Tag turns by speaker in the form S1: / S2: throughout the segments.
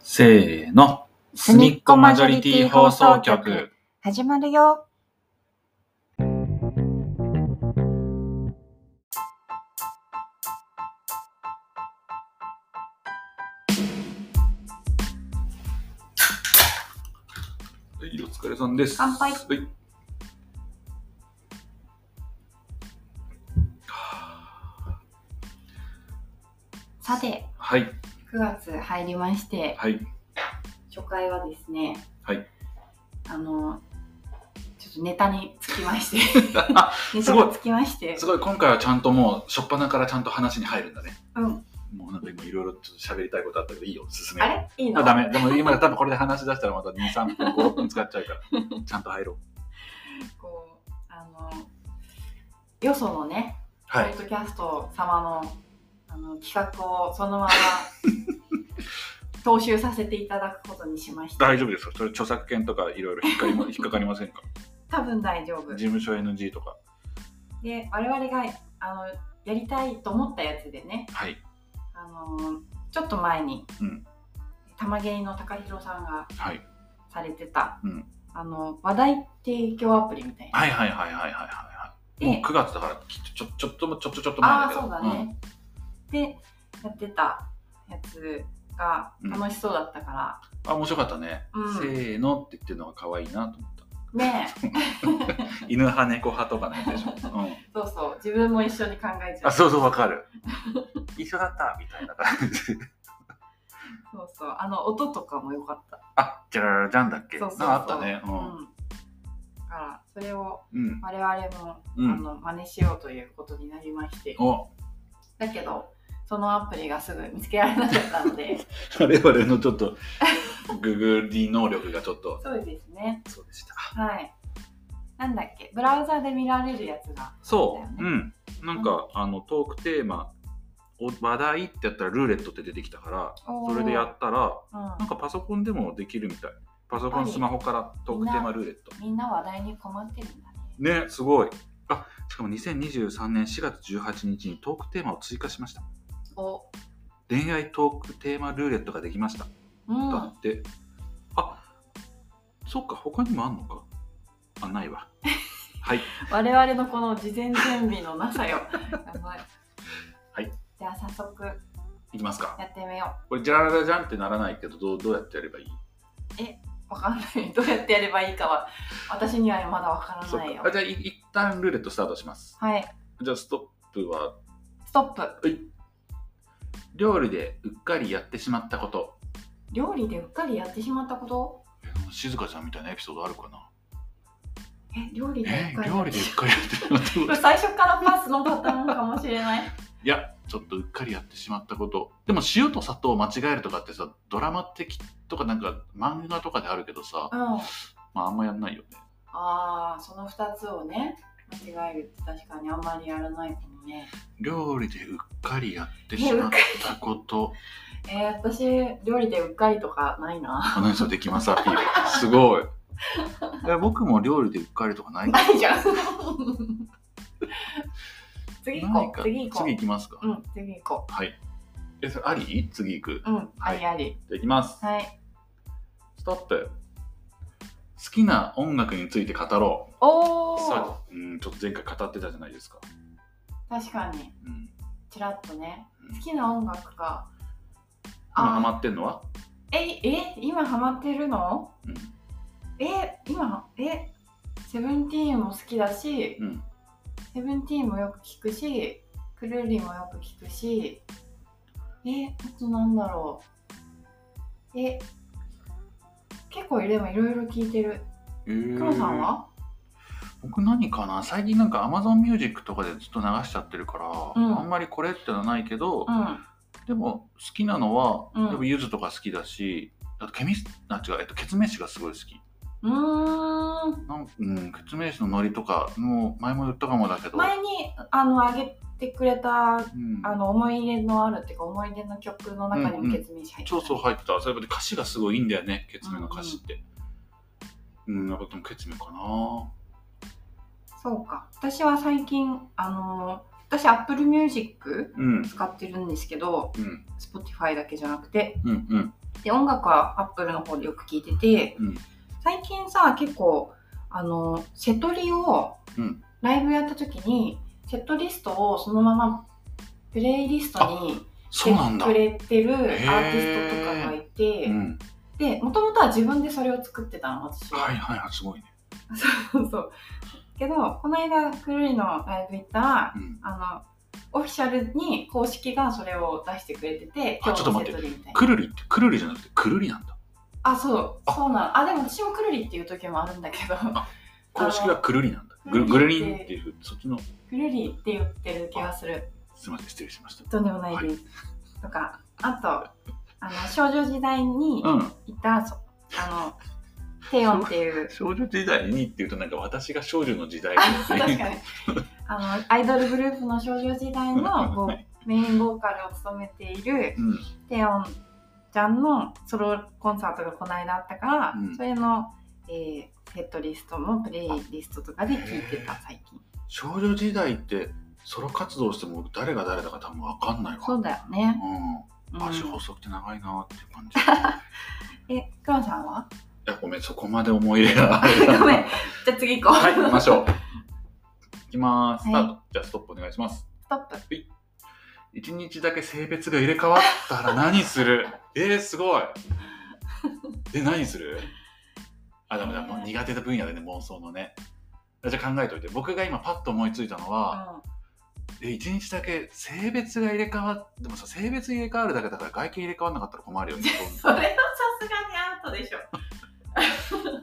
S1: せーの。すみっこマジョリティ放送局。
S2: 始まるよ。
S1: はい、お疲れさんです。
S2: 乾杯
S1: はい。
S2: さて、
S1: はい。
S2: 9月入りまして、
S1: はい。
S2: 初回はですね、
S1: はい。
S2: あの、ちょっとネタにつきま して、 ネタがつきまして
S1: す、ごい、今回はちゃんともう、初っ端からちゃんと話に入るんだね。
S2: うん。
S1: もうなんか今いろいろちょっと喋りたいことあったけど、いいよ、進め
S2: あ
S1: よう。
S2: れいい
S1: あ
S2: の
S1: ダメ。でも今多分これで話し出したらまた2、3分、5分使っちゃう から、ちゃんと入ろう。
S2: こう、あの、よそのね、ポ
S1: はい
S2: ッ。ドキャスト様のあの企画をそ のまま踏襲させていただくことにしました。
S1: 大丈夫ですよ。それ著作権とかいろいろ引っかかりま 引っかかりませんか
S2: 多分大丈夫
S1: 事。務所 NG とか。
S2: で、我々があのやりたいと思ったやつでね、
S1: はい。
S2: あのちょっと前に、
S1: うん
S2: 玉芸の高弘さんが
S1: はい。
S2: されてた、
S1: うん
S2: あの話題提供アプリみたいな。
S1: はいはいはいはいはいはい。
S2: で
S1: もう9月だから、きちょ、ちょっとも、ちょっとちょっと前
S2: あ
S1: だ
S2: あ
S1: けど。
S2: そうだね、でやってたやつが楽しそうだったから、
S1: うん。あ、面白かったね。
S2: うん
S1: せーのって言ってるのが可愛いなと思った。
S2: ねえ
S1: 犬派、猫派とかのやつでしょ。 うん。
S2: そうそう自分も一緒に考えち
S1: あ、
S2: ゃう
S1: そうそう、わかる。 一緒だったみたいな感じ。
S2: そうそうあの音とかも良かった
S1: あ、じゃらじゃんだっけ
S2: そうそうそう
S1: なんかあったね。
S2: うんだからそれを
S1: うん。うん。
S2: 我々も、
S1: うん
S2: あの真似しようということになりまして
S1: お、
S2: だけどそのアプリがすぐ見つけられなかったので
S1: 我々のちょっと、ググり能力がちょっと、
S2: そうですね
S1: そうでした。
S2: はいなんだっけブラウザで見られるやつが
S1: そう、
S2: だよ
S1: うん。なんか、あの、トークテーマ、お話題ってやったらルーレットって出てきたから、
S2: おー
S1: それでやったら、
S2: うん
S1: なんかパソコンでもできるみたい。パソコン、
S2: はい
S1: スマホからトークテーマルーレット。
S2: みんな話題に困ってるんだね。
S1: ね、すごい。あ、しかも2023年4月18日にトークテーマを追加しました。
S2: お、
S1: 恋愛トークテーマルーレットができました。
S2: うん、
S1: だって。あ、そっか、他にもあんのか。あ、ない わ。はい。
S2: 我々のこの事前準備のな さよ。やばい。
S1: はい。
S2: じゃあ早速や
S1: いきますか。
S2: ってみよ。
S1: これ、じゃらじゃらじゃんってならないけど、どうどうやってやればいいう
S2: わかんない。どうやってやればいいかは私にはまだわから
S1: そっ
S2: ないよ
S1: かあ。じゃあい一旦ルーレットスタートします
S2: はい。
S1: じゃあストップは
S2: ストップ。
S1: 料理でうっかりやってしまったこと
S2: 料理でうっかりやってしまったこと？
S1: 静香ちゃんみたいなエピソードあるかな
S2: え、料理でうっ
S1: え
S2: かり。
S1: 料理でうっかりやってしまったこ
S2: これ
S1: と
S2: 最初からパスのパターンかもしれない。
S1: いやちょっとうっかりやってしまったことでも塩と砂糖を間違えるとかってさドラマ的とかなんか漫画とかであるけどさ
S2: う、ん。あ
S1: まあ、あんまやんないよね
S2: あー、その二つをね、間違えるって確かにあんまりやらないかもね。
S1: 料理でうっかりやってしまったこと
S2: えー、私料理でうっかりとかないな。
S1: あの人できますアピールすごいいや僕も料理でうっかりとかないか
S2: ないじゃん。 次行
S1: ない
S2: こう。
S1: か
S2: 次行こう。
S1: 行きますか、
S2: うん、次行こ
S1: はい。え、それあり次行く。
S2: う。うん、
S1: は
S2: あ
S1: い
S2: りあり。
S1: じゃあ行きます。
S2: はい。
S1: ストップ。好きな音楽について語ろ
S2: お
S1: う。
S2: ー
S1: さうん、ちょっと前回語ってたじゃないですか。
S2: 確かに、
S1: うん。
S2: ちらっとね
S1: うん。
S2: 好きな音楽か。
S1: 今ハ
S2: あ、
S1: マってんのは
S2: え、え、今ハマってるの
S1: うん。
S2: え、今、え、セブンティーンも好きだし、
S1: うん。
S2: セブンティーンもよく聞くし、クルーリーもよく聞くし、え、あとなんだろう。え、結構でもいろいろ聞いてる。
S1: えー
S2: 黒さんは、
S1: 僕何かな最近なんか Amazon Music とかでずっと流しちゃってるから、
S2: うん
S1: あんまりこれってのはないけど、
S2: うん。
S1: でも好きなのは、
S2: うん
S1: でもゆずとか好きだしあとケミスあ違う、えっと、ケツメイシがすごい好き
S2: うーん。
S1: なん、うん、ケツメイシのノリとかもう前も言ったかもだけど、
S2: 前に、あの、あげてくれた、あ
S1: うん、
S2: の、思い入れのあるっていうか、思い出の曲の中に
S1: うんうん
S2: も決意し入ってた
S1: そうそう入ってた。そういえばで歌詞がすごいいいんだよね。ケツメの歌詞って。うん、やっぱでもケツメかな。
S2: そうか。私は最近、あの、私、Apple Music
S1: うん、
S2: 使ってるんですけど、
S1: うん、
S2: Spotify だけじゃなくて、
S1: うん、うん。
S2: で音楽はアップルの方でよく聞いてて、
S1: うん
S2: 最近さ結構あのセトリを
S1: うん
S2: ライブやった時に、セットリストをそのままプレイリストに
S1: そうなんだ
S2: く。れてるアーティストとかがいて、
S1: うん、
S2: でもともとは自分でそれを作ってたの私は。
S1: はいはいはい、すごいね。
S2: そうそう。けど、この間、くるりのライブ行ったら
S1: う、ん、
S2: あの、オフィシャルに公式がそれを出してくれてて、
S1: あちょっと待って
S2: セットリーみたいな。
S1: くるりって、くるりじゃなくて、くるりなんだ。
S2: あ、そう、
S1: あ
S2: そうなん。あ、でも私もくるりっていう時もあるんだけど、
S1: 公式はくるりなんだ。
S2: あ
S1: ぐ
S2: の
S1: ぐるり
S2: くる
S1: ん
S2: りっ
S1: ってていう、そっちの、
S2: くるりって言ってる気がする。
S1: すみません、失礼しました。
S2: とんでもないです。とか、あと、あの、少女時代に
S1: うん、
S2: いた、そあの、テヨンっていう、
S1: 少女時代にっていうと、なんか私が少女の時代
S2: あ
S1: です
S2: 確かに
S1: ね。
S2: あのアイドルグループの少女時代のこうメインボーカルを務めている
S1: うん、
S2: テヨンちゃんのソロコンサートがこの間あったから、
S1: うん
S2: それの、えーセットリストもプレイリストとかで聞いてた最近
S1: 少女時代って、ソロ活動しても、誰が誰だか多分わかんないわ。
S2: そうだよね、う
S1: うんん、足細くて長いなっていう 感じ。
S2: えクロンさんはい
S1: や、ごめん、そこまで思い入れがあれだな
S2: ごめんじゃあ次行こう、
S1: はい、行きましょう。行きます。ス
S2: は
S1: タ
S2: い
S1: ート。じゃあ、ストップお願いします。
S2: ストップ
S1: 一日だけ性別が入れ替わったら何する えー、すごい。え、何するあ、でも、でもう苦手な分野でね、妄想のね。じゃあ考えといて。僕が今パッと思いついたのは、え、一日だけ性別が入れ替わっ、でもさ、性別入れ替わるだけだから外見入れ替わんなかったら困る よね。
S2: うん、それはさすがにアウトでしょ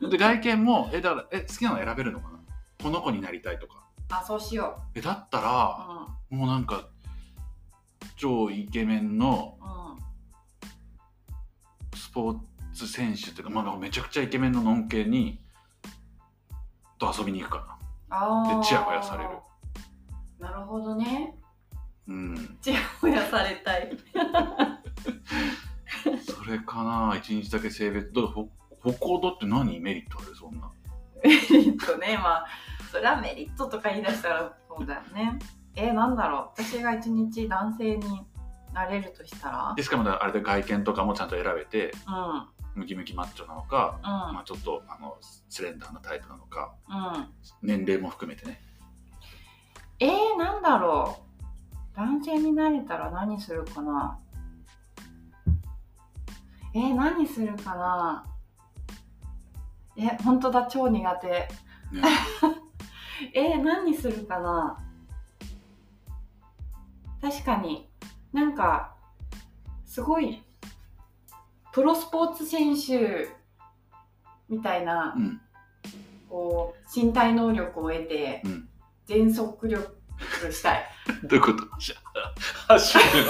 S1: で、外見も、え、だから、え、好きなの選べるのかなこの子になりたいとか。
S2: あそうしよ
S1: え、だった
S2: う、
S1: ら、
S2: う
S1: もうなんか超イケメンの
S2: んうん、
S1: スポーツ選手というか、まあ、めちゃくちゃイケメンののんけにと遊びに行くか
S2: あー
S1: でチヤホヤされる
S2: なるほどね
S1: なうん
S2: チヤホヤされたい
S1: それかな一日だけ性別どうほ歩行だって何メリットあるそんな
S2: メリットねまあそれはメリットとか言い出したらそうだよねえなんだろう私が一日男性になれるとしたら
S1: でしかもだあれで外見とかもちゃんと選べて
S2: うんうん
S1: ムキムキマッチョなのか、まあ、ちょっとあのスレンダーなタイプなのか
S2: うん
S1: 年齢も含めてね
S2: えー、なんだろう男性になれたら何するかなえー、何するかなえ本当だ超苦手
S1: ね
S2: えー、何するかな確かになんかすごいプロスポーツ選手みたいな、
S1: うん
S2: こう身体能力を得て
S1: うん
S2: 全速力したい
S1: どういうことじゃあ走る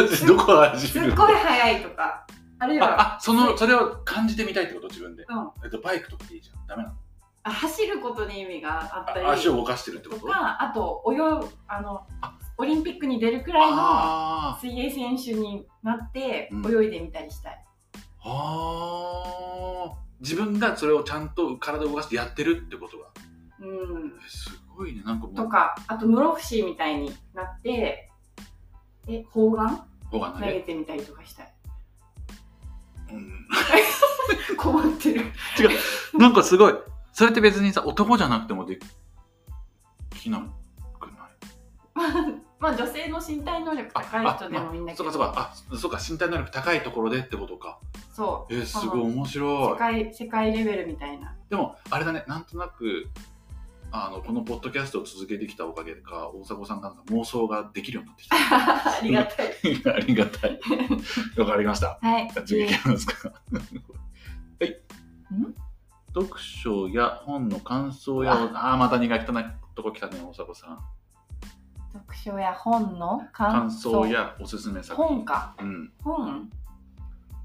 S1: の走るどこ走
S2: す
S1: る
S2: っ
S1: の
S2: ごい速いとかあるいは
S1: ああそのそれを感じてみたいってこと自分で、
S2: うん
S1: えっと、バイクとかでいいじゃんダメなの
S2: あ走ることに意味があったり
S1: あ足を動かしてるってことと
S2: かあと泳ぐあの
S1: あ
S2: オリンピックに出るくらいの
S1: あー
S2: 水泳選手になって
S1: うん
S2: 泳いでみたりしたい、
S1: あー自分がそれをちゃんと体を動かしてやってるってことが
S2: うん
S1: え、すごいねなんかも
S2: と
S1: う
S2: かあと室伏みたいになってえ砲丸
S1: ほが
S2: 投
S1: な
S2: げ
S1: い、
S2: てみたりとかしたい
S1: うん、
S2: 困ってる
S1: なんかすごいそれって別にさ男じゃなくてもできなくない
S2: まあ女性の身体能力高い人でもみんな
S1: あそうかそうかあそうか身体能力高いところでってことか
S2: そ
S1: えー、すごい面
S2: う
S1: 白
S2: 世
S1: い
S2: 界世界レベルみたいな
S1: でもあれだねなんとなくあのこのポッドキャストを続けてきたおかげか大迫さんが妄想ができるようになってきた
S2: ありがたい。
S1: ありがたい。わかりました。
S2: はい
S1: じゃあ。次行きますか。 はい。読書や本の感想や、ああー、また苦手なとこ来たね、大迫さん。
S2: 読書や本の
S1: 感
S2: 感想
S1: 想やおすすめ作
S2: 本
S1: 品。
S2: か。
S1: うん。
S2: 本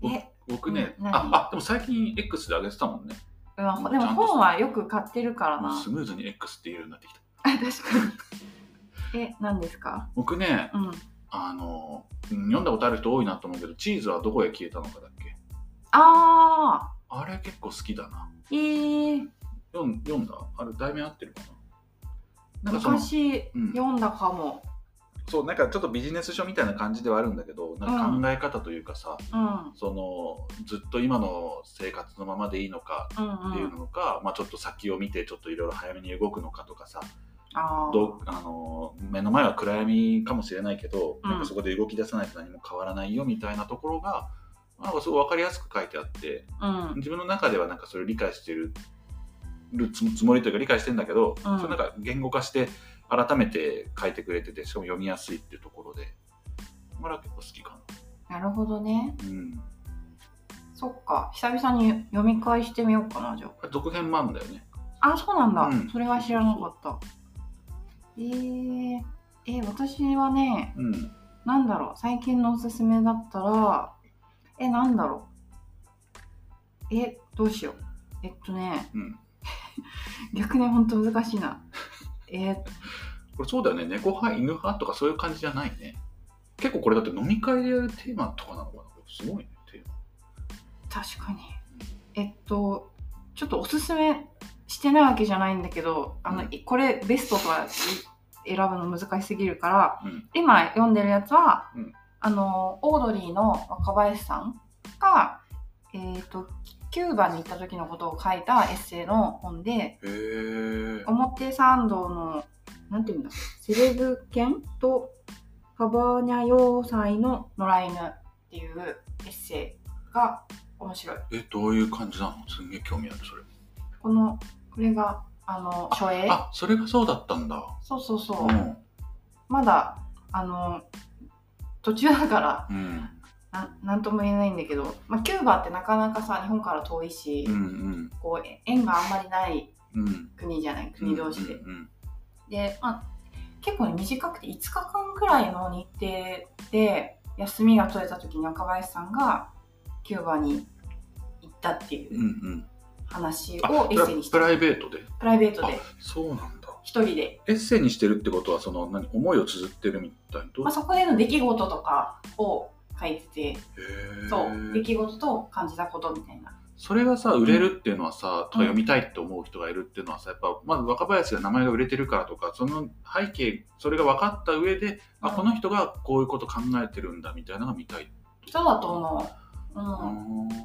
S1: 僕
S2: え
S1: 僕ね、
S2: うん何
S1: あ、あ、でも最近 X で上げてたもんね。
S2: うん、でも本はよく買ってるから
S1: もう
S2: な。
S1: スムーズに X って言えるようになってきた。
S2: 確かに。え、何ですか
S1: 僕ね、
S2: うん。
S1: あの、うん読んだことある人多いなと思うけど、チーズはどこへ消えたのかだっけ
S2: あ
S1: あれ結構好きだな。
S2: ー、えー、
S1: 読ん読んだあれ、題名合ってるかななんかその、
S2: 昔
S1: うん
S2: 読んだかも。
S1: そうなんかちょっとビジネス書みたいな感じではあるんだけどなんか考え方というかさ、
S2: うん
S1: そのずっと今の生活のままでいいのか
S2: う
S1: っ
S2: ん
S1: ていううんのか、まあ、ちょっと先を見てちょっといろいろ早めに動くのかとかさ
S2: あー
S1: どうあの目の前は暗闇かもしれないけど、
S2: うん
S1: なんかそこで動き出さないと何も変わらないよみたいなところがなんかすごい分かりやすく書いてあって
S2: うん
S1: 自分の中ではなんかそれを理解してるるつつもりというか理解してんだけど、
S2: うん
S1: それなんか言語化して改めて書いてくれててしかも読みやすいっていうところでまだ結構好きかな。
S2: なるほどね
S1: うん、
S2: そっか久々に読み返してみようかなじゃあ
S1: これ続編もあるんだよね。
S2: あ、そうなんだ。
S1: うん
S2: それは知らなかった。えー、えー私はね、
S1: うん、
S2: なんだろう、最近のおすすめだったら、え、なんだろう。え、どうしよう。えっとね、
S1: うん、
S2: 逆にほんと難しいな。えー
S1: これそうだよね猫派犬派とかそういう感じじゃないね結構これだって飲み会でやるテーマとかなのかなすごいねテーマ
S2: 確かに。えっと、ちょっとおすすめしてないわけじゃないんだけど、あの、
S1: うん
S2: いこれベストとはい選ぶの難しすぎるから、
S1: うん
S2: 今読んでるやつは、
S1: うん
S2: あの、オードリーの若林さんが、えっと、キューバに行った時のことを書いたエッセイの本で、
S1: へえ
S2: 表参道の、なんていうんだっけ、セレブ犬とカバーニャ要塞の野良犬っていうエッセイが面白い。
S1: えどういう感じなのすんげえ興味あるそれ
S2: このこれがあの初映
S1: あそれがそうだったんだ
S2: そうそうそう、
S1: うん
S2: まだあの途中だから
S1: うん
S2: ななんとも言えないんだけど、まあ、キューバってなかなかさ日本から遠いし、
S1: うん
S2: こうえ縁があんまりない
S1: うんうん
S2: 国じゃない国同士で、
S1: うん
S2: で、まあ、結構ね短くて5日間くらいの日程で休みが取れた時に若林さんがキューバに行ったってい
S1: うんう
S2: うん
S1: うん
S2: 話
S1: あ
S2: をエッセイにし
S1: プ
S2: て
S1: ライベートで
S2: プライベートで
S1: そうなんだ
S2: 一人で
S1: エッセイにしてるってことはその何思いを綴ってるみたいなど
S2: まあ、そこでの出来事とかを書いてて、
S1: へえ
S2: そう出来事と感じたことみたいな。
S1: それがさ売れるっていうのはさ、とか
S2: うん
S1: 読みたいって思う人がいるっていうのはさやっぱまず若林が名前が売れてるからとかその背景それが分かった上で、あ
S2: うん
S1: この人がこういうこと考えてるんだみたいなのが見たい、
S2: そうだと思う。うん。
S1: あ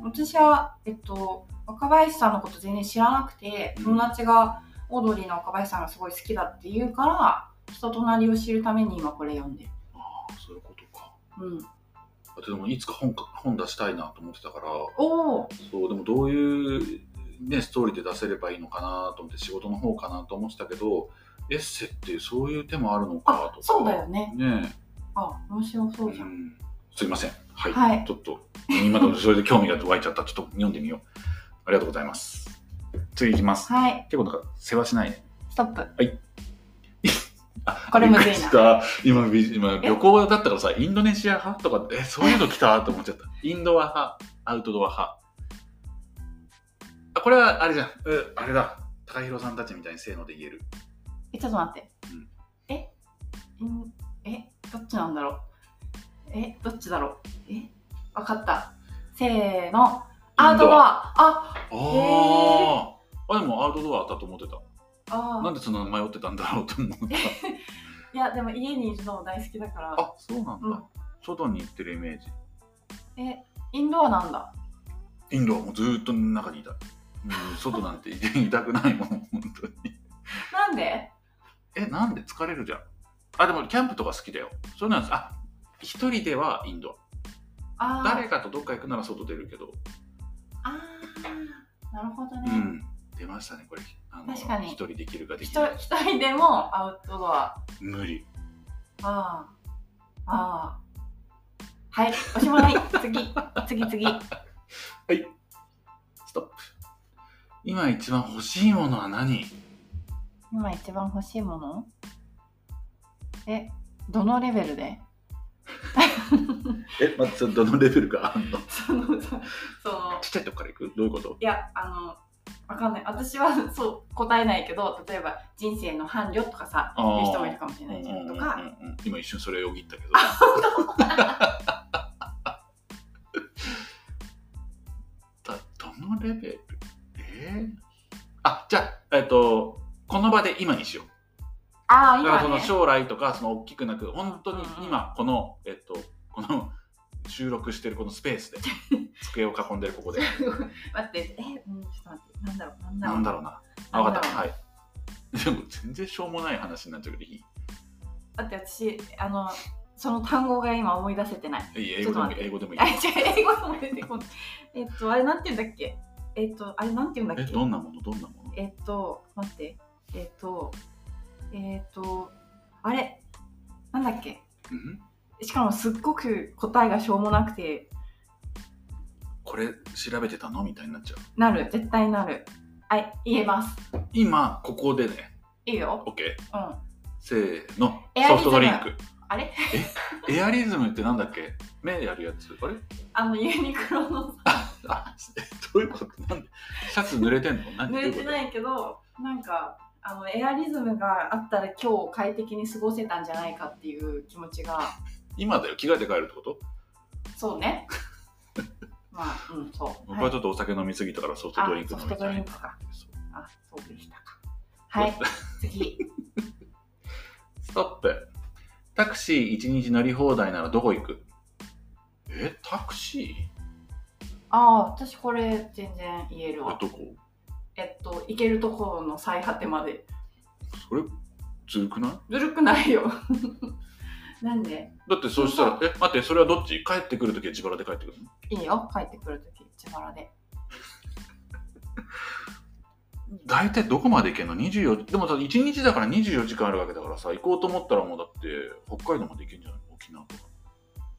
S1: ー
S2: 私はえっと若林さんのこと全然知らなくて、
S1: うん
S2: 友達がオードリーの若林さんがすごい好きだって言うから、人となりを知るために今これ読んでる。
S1: あーそういうことか
S2: うん。
S1: だってでもいつか本か本出したいなと思ってたから
S2: おお。
S1: そうでもどういう、ね、ストーリーで出せればいいのかなと思って仕事の方かなと思ってたけどエッセイってそういう手もあるのかと
S2: あ
S1: か、
S2: そうだよね。
S1: ねえ
S2: あ、面白そうじゃん。
S1: ん、すいません。はい。
S2: はい
S1: ちょっと、今のそれで興味が湧いちゃった。ちょっと読んでみよう。ありがとうございます。次いきます。
S2: はい。
S1: 結構なんか、世話しないね。
S2: ストップ。
S1: あ
S2: これむずいな
S1: びっくりした今、び今旅行だったからさ、インドネシア派とか、え、そういうの来たと思っちゃった。インドア派、アウトドア派。あ、これはあれじゃん。うあれだ。高弘さんたちみたいにせーので言える。
S2: え、ちょっと待って
S1: うん。
S2: え、んえ、どっちなんだろう。え、どっちだろう。え、わかった。せーの。アウトドア。あ、
S1: ああー。あ、でもアウトドアだと思ってた。
S2: あ
S1: なん
S2: ー。
S1: でそんな迷ってたんだろうと思った。
S2: いや、でも家にいるのも大好きだから。
S1: あ、そうなんだ。
S2: うん
S1: 外に行ってるイメージ。
S2: え、インドアなんだ。
S1: インドはもうずーっと中にいた。うん、外なんていいたくないもん、本当に。
S2: なんで。
S1: え、なんで疲れるじゃん。あ、でもキャンプとか好きだよ。そうなんです。あ、一人ではインド。
S2: あ
S1: 誰
S2: ー
S1: かとどっか行くなら外出るけど。
S2: あー。なるほど
S1: う
S2: ね。
S1: ん。出ましたね、これ。あ
S2: 確かに
S1: 一人できるかでき
S2: ひ
S1: な
S2: と
S1: い。
S2: 一人でもアウトドア。
S1: 無理。
S2: ああ。ああ。はい、お しまい。次。次、次。
S1: ストップ。今一番欲しいものは何
S2: 今一番欲しいものえどのレベルで
S1: え、まず、どのレベルかあんの
S2: そのそその
S1: ちっちゃいとこから行くどういうこと
S2: いやあのわかんない私はそう答えないけど例えば人生の伴侶とかさ
S1: あー
S2: いう人もいるかもしれないじゃんと
S1: うん
S2: か
S1: うんうんうん今一瞬それをよぎったけどだどのレベルえーあじゃあえっ、とこの場で今にしよう
S2: ああ、
S1: だからそ
S2: 今
S1: の
S2: ね。
S1: 将来とかその大きくなく本当に今この、えっとこの収録してるこのスペースで机を囲んでるここ で
S2: 待って、え、うん、ちょっと待って、なんだろう、なんだ
S1: な
S2: ろう。
S1: んだろうなあ分かったはいでも全然しょうもない話になっちゃうけどいい
S2: だって私、あの、その単語が今思い出せてない。
S1: いい英
S2: ちょ
S1: 語
S2: っ
S1: でも
S2: と待って
S1: 英語で もいい
S2: あ、違う、英語も出てこない。えっと、あれなんて言うんだっけえっと、あれなんて言うんだ
S1: え
S2: っけ
S1: どんなものどんなもの
S2: えっと、待って、えっと、えっと、あれ、なんだっけ
S1: うん
S2: しかもすっごく答えがしょうもなくて、
S1: これ調べてたのみたいになっちゃう
S2: なる、絶対なる。はい、言えます。
S1: 今ここでね
S2: いいよ。
S1: OK
S2: うん。
S1: せーの
S2: エアリズ
S1: ソ
S2: ム
S1: フトドリンク
S2: あれ
S1: エアリズムってなんだっけ目やるやつあれ
S2: あの、ユニクロの
S1: あ えどういうことなんでシャツ濡れてんの何
S2: 濡れて
S1: どういう
S2: ないけど、なんか、あの、エアリズムがあったら今日快適に過ごせたんじゃないかっていう気持ちが、
S1: こと今だよ着替えて帰るってこと、
S2: そ うね。まあ、うん、そう。
S1: 僕はちょっとお酒飲みすぎたからソフトドリンク飲みたいな
S2: あソフトドリンクか
S1: そう
S2: あ、そうでしたか。はい、次。
S1: ストップタクシー1日乗り放題ならどこ行くえタクシ
S2: ああ、私これ全然言える
S1: ー
S2: わ。
S1: どこ
S2: えっと、行けるところの最果てまで。
S1: それずるくない
S2: ずるくないよ。 なんで
S1: だってそうしたら「え待ってそれはどっち帰ってくるときは自腹で帰ってくるの
S2: いいよ、帰ってくるとき、自腹で。
S1: 大体どこまで行けんの24でもさ1日だから24時間あるわけだからさ行こうと思ったらもうだって北海道まで行けんじゃない沖縄とか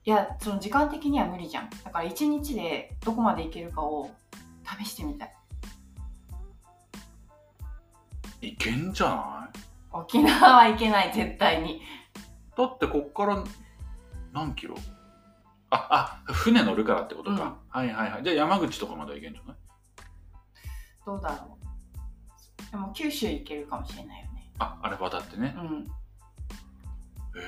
S2: いや、その時間的には無理じゃん。だから一日でどこまで行けるかを試してみたい。
S1: 行けんじゃない
S2: 沖縄は行けない、絶対に。
S1: だってこっから何キロああ船乗るからってことか、はいはいはいじゃあ山口とかまでは行けんじゃない
S2: どうだろう。でも九州行けるかもしれないよね。
S1: ああれ渡ってね
S2: うん。
S1: へえ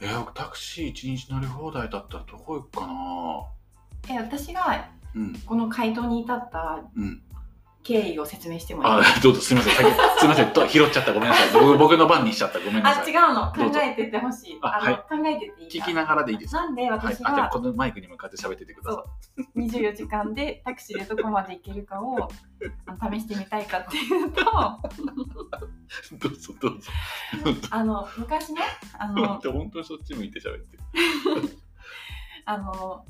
S1: えー、僕タクシー一日乗り放題だったらどこ行くかな
S2: え、私が
S1: うん
S2: この回答に至った
S1: うん
S2: 経緯を説明してもいい
S1: あどうぞすいません先すいませんと拾っちゃったごめんなさい僕僕の番にしちゃったごめんなさ
S2: あ、違
S1: いうど
S2: の。
S1: うぞ
S2: 考えててほしい。
S1: あ
S2: あの、考えてていい
S1: 聞
S2: か
S1: きながらでいいですか
S2: なんで
S1: はいあ
S2: 私、
S1: じゃあ
S2: が
S1: このマイクに向かって喋っててくださ
S2: 24時間でタクシーでどこまで行けるかをあの試してみたいかっていうと、
S1: い どうぞどうぞ
S2: あの、昔ね、あ
S1: 待っ
S2: の、
S1: て本当にそっち向いて喋って
S2: あの、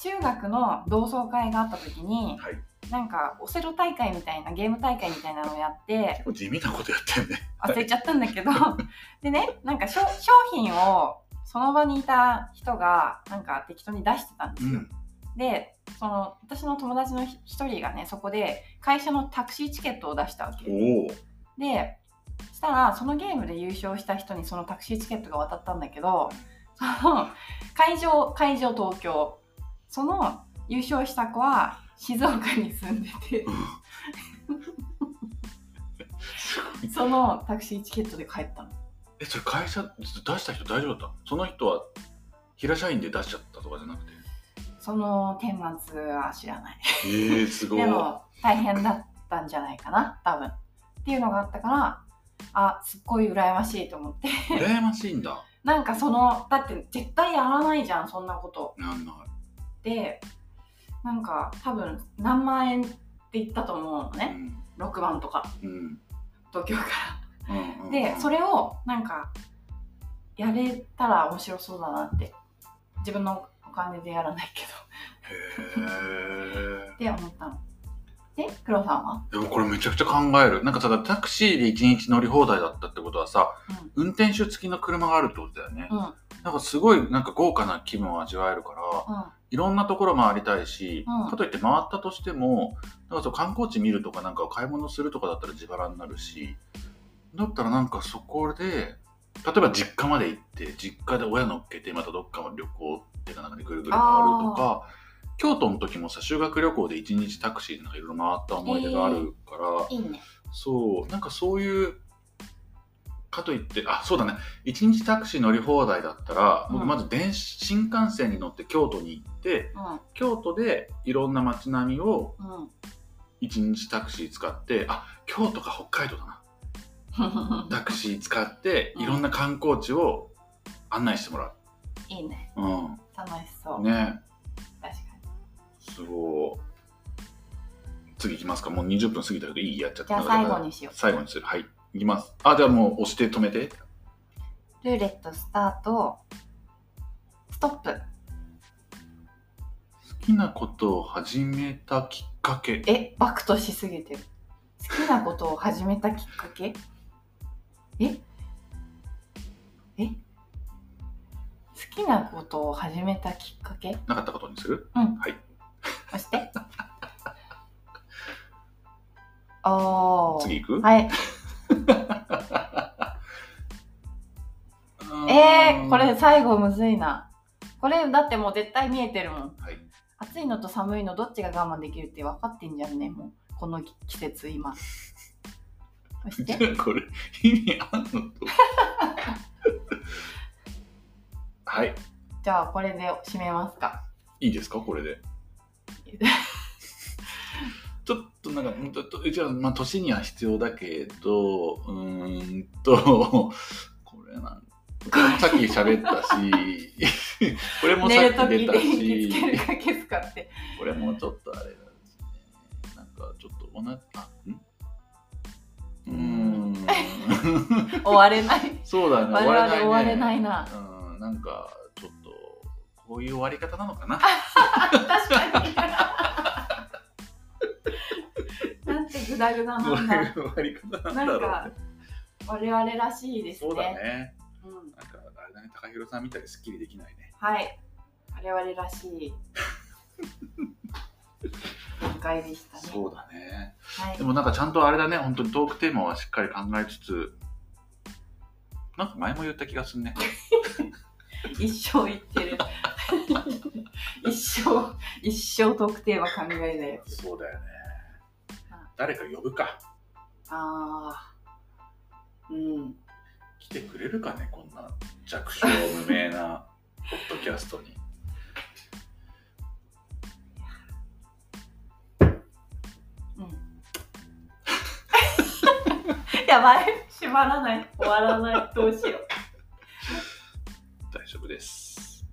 S2: 中学の同窓会があった時に、
S1: はい
S2: なんかオセロ大会みたいなゲーム大会みたいなのをやって
S1: でも地味なことやってんね
S2: 忘れちゃったんだけど、 でねなんか商商品をその場にいた人がなんか適当に出してたんですよ、でその私の友達のひ一人がねそこで会社のタクシーチケットを出したわけ
S1: おお
S2: でしたらそのゲームで優勝した人にそのタクシーチケットが渡ったんだけどその会場会場東京その優勝した子は静岡に住んでてそのタクシーチケットで帰ったの
S1: えそれ会社出した人大丈夫だったその人は平社員で出しちゃったとかじゃなくて
S2: その顛末は知らない
S1: ええすご
S2: で
S1: い
S2: も大変だったんじゃないかな多分っていうのがあったからあすっごい羨ましいと思って
S1: 羨ましいんだ
S2: なんかそのだって絶対やらないじゃんそんなこと
S1: なんない
S2: でなんか多分何万円って言ったと思うの
S1: う
S2: ね
S1: ん
S2: 6万とか
S1: うん
S2: 東京か
S1: うんうん
S2: らでそ
S1: れ
S2: れをなんかやれたら面白そうだなって自分のお金でやらない け
S1: へえ
S2: どって思ったので黒さんは
S1: でもこれめちゃくちゃ考えるなんかただタクシーで一日乗り放題だったってことはさ、運転手付きの車があるってことだよね、
S2: うん
S1: なんかすごいなんか豪華な気分を味わえるから、
S2: う
S1: いろんなところ回りたいし、
S2: うん
S1: かといって回ったとしてもなんかそう観光地見るとかなんか買い物するとかだったら自腹になるしだったらなんかそこで例えば実家まで行って実家で親乗っけてまたどっかの旅行ってかなんかでぐるぐる回るとか京都の時もさ修学旅行で一日タクシーでなんかいろいろ回った思い出があるから、
S2: んいいね
S1: そうなんかそういうかといってあそうだね一日タクシー乗り放題だったら、
S2: うん
S1: 僕まず電子新幹線に乗って京都に行って
S2: う
S1: 京都でいろんな街並みを
S2: んうん
S1: 一日タクシー使ってあ京都か北海道だなタクシー使っていろんな観光地を案内してもら
S2: いいね。
S1: う。う
S2: 楽しそう。
S1: ん。ね
S2: 確かに。
S1: すごい。次いきますか。もう20分過ぎたけどいいやっちゃっ
S2: じ
S1: た。
S2: ゃあ最後にしよ
S1: 最後にする。はい。いきます。あ、じゃあもう押して止めて。
S2: う。ルーレットスタート。ストップ。
S1: 好きなことを始めたきっかけ。
S2: え、バクとしすぎてる。好きなことを始めたきっかけええ好きなことを始めたきっかけ
S1: なかったことにする
S2: 押して。おー。
S1: 次行く、
S2: はい。
S1: あー
S2: えー、これ最後むずいな。これだってもう絶対見えてるもん。
S1: はい。
S2: 暑いのと寒いのどっちが我慢できるって分かってんじゃんね、もう。この季節今。そし
S1: じゃ
S2: て、
S1: あ これ意味あ んのとはい
S2: じゃあこれで締めますか。
S1: いいですかこれでちょっとなんかうんととじゃあまあ年には必要だけどうーんとこれなんこれもさっき喋ったし これもさ
S2: 寝る
S1: っ
S2: と
S1: き出
S2: き
S1: た
S2: 電気つける
S1: し
S2: かけ使って。
S1: これもちょっとあれなんですねなんかちょっとおなあんうーん
S2: 終われない。
S1: そうだね。
S2: 我々終われないな
S1: うん、なんかちょっとこういう終わり方なのかな。
S2: 確かに。なんてグダグダ
S1: こうい
S2: なん
S1: う
S2: だ。
S1: 終わり方な
S2: なん
S1: だろうね。
S2: んか、我々らしいですね。
S1: そうだね。
S2: うん、
S1: なんかあれだね、高弘さんみたいにスッキリできないね。
S2: はい。我々らしい。展開でしたね。
S1: そうだね。
S2: はい
S1: で。もなんかちゃんとあれだね、本当にトークテーマはしっかり考えつつ、なんか前も言った気がするね。
S2: 一生言ってる。 一生、一生トークテーマ考えだよ。
S1: そうだよね
S2: はい。
S1: 誰か呼ぶか。
S2: ああ。うん。
S1: 来てくれるかね、こんな弱小無名なポッドキャストに。
S2: やばい。閉まらない。終わらない。どうしよう。
S1: 大丈夫です。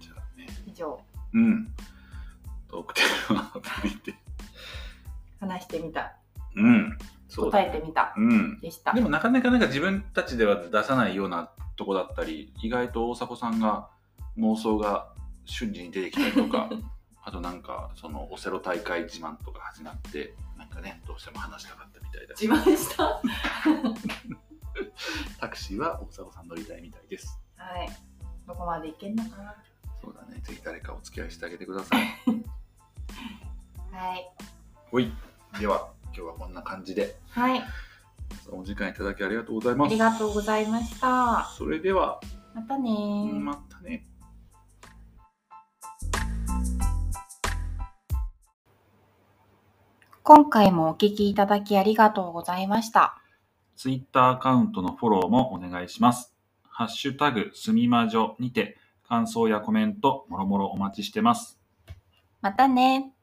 S1: じゃあね。
S2: 以上、
S1: うん。トークテーマを解いて。
S2: 話してみた。
S1: うん。そうだ
S2: 答え
S1: ね。
S2: てみた。
S1: うん。
S2: でした
S1: で。もなかなかなんか自分たちでは出さないようなとこだったり、意外と大迫さんが妄想が瞬時に出てきたりと か、あとなんかそのオセロ大会自慢とか始まって、なんかね、どうしても話したかったみたいだし、
S2: 自慢した。は
S1: タクシーは大迫さん乗りたいみたいです。
S2: い。どこまでいけんのかな。
S1: そうだね。ぜひ誰かお付き合いしてあげてくださ い。
S2: はい。
S1: ほい。では、今日はこんな感じで、
S2: はい。
S1: お時間いただきありがとうござい
S2: あ
S1: ます。
S2: りがとうございました。ま
S1: それでは、
S2: たねー。
S1: またね。
S2: 今回もお聞きいただきありがとうございました。
S1: ツイッターアカウントのフォローもお願いします。ハッシュタグすみまじょにて感想やコメントもろもろお待ちしてます。
S2: またねー。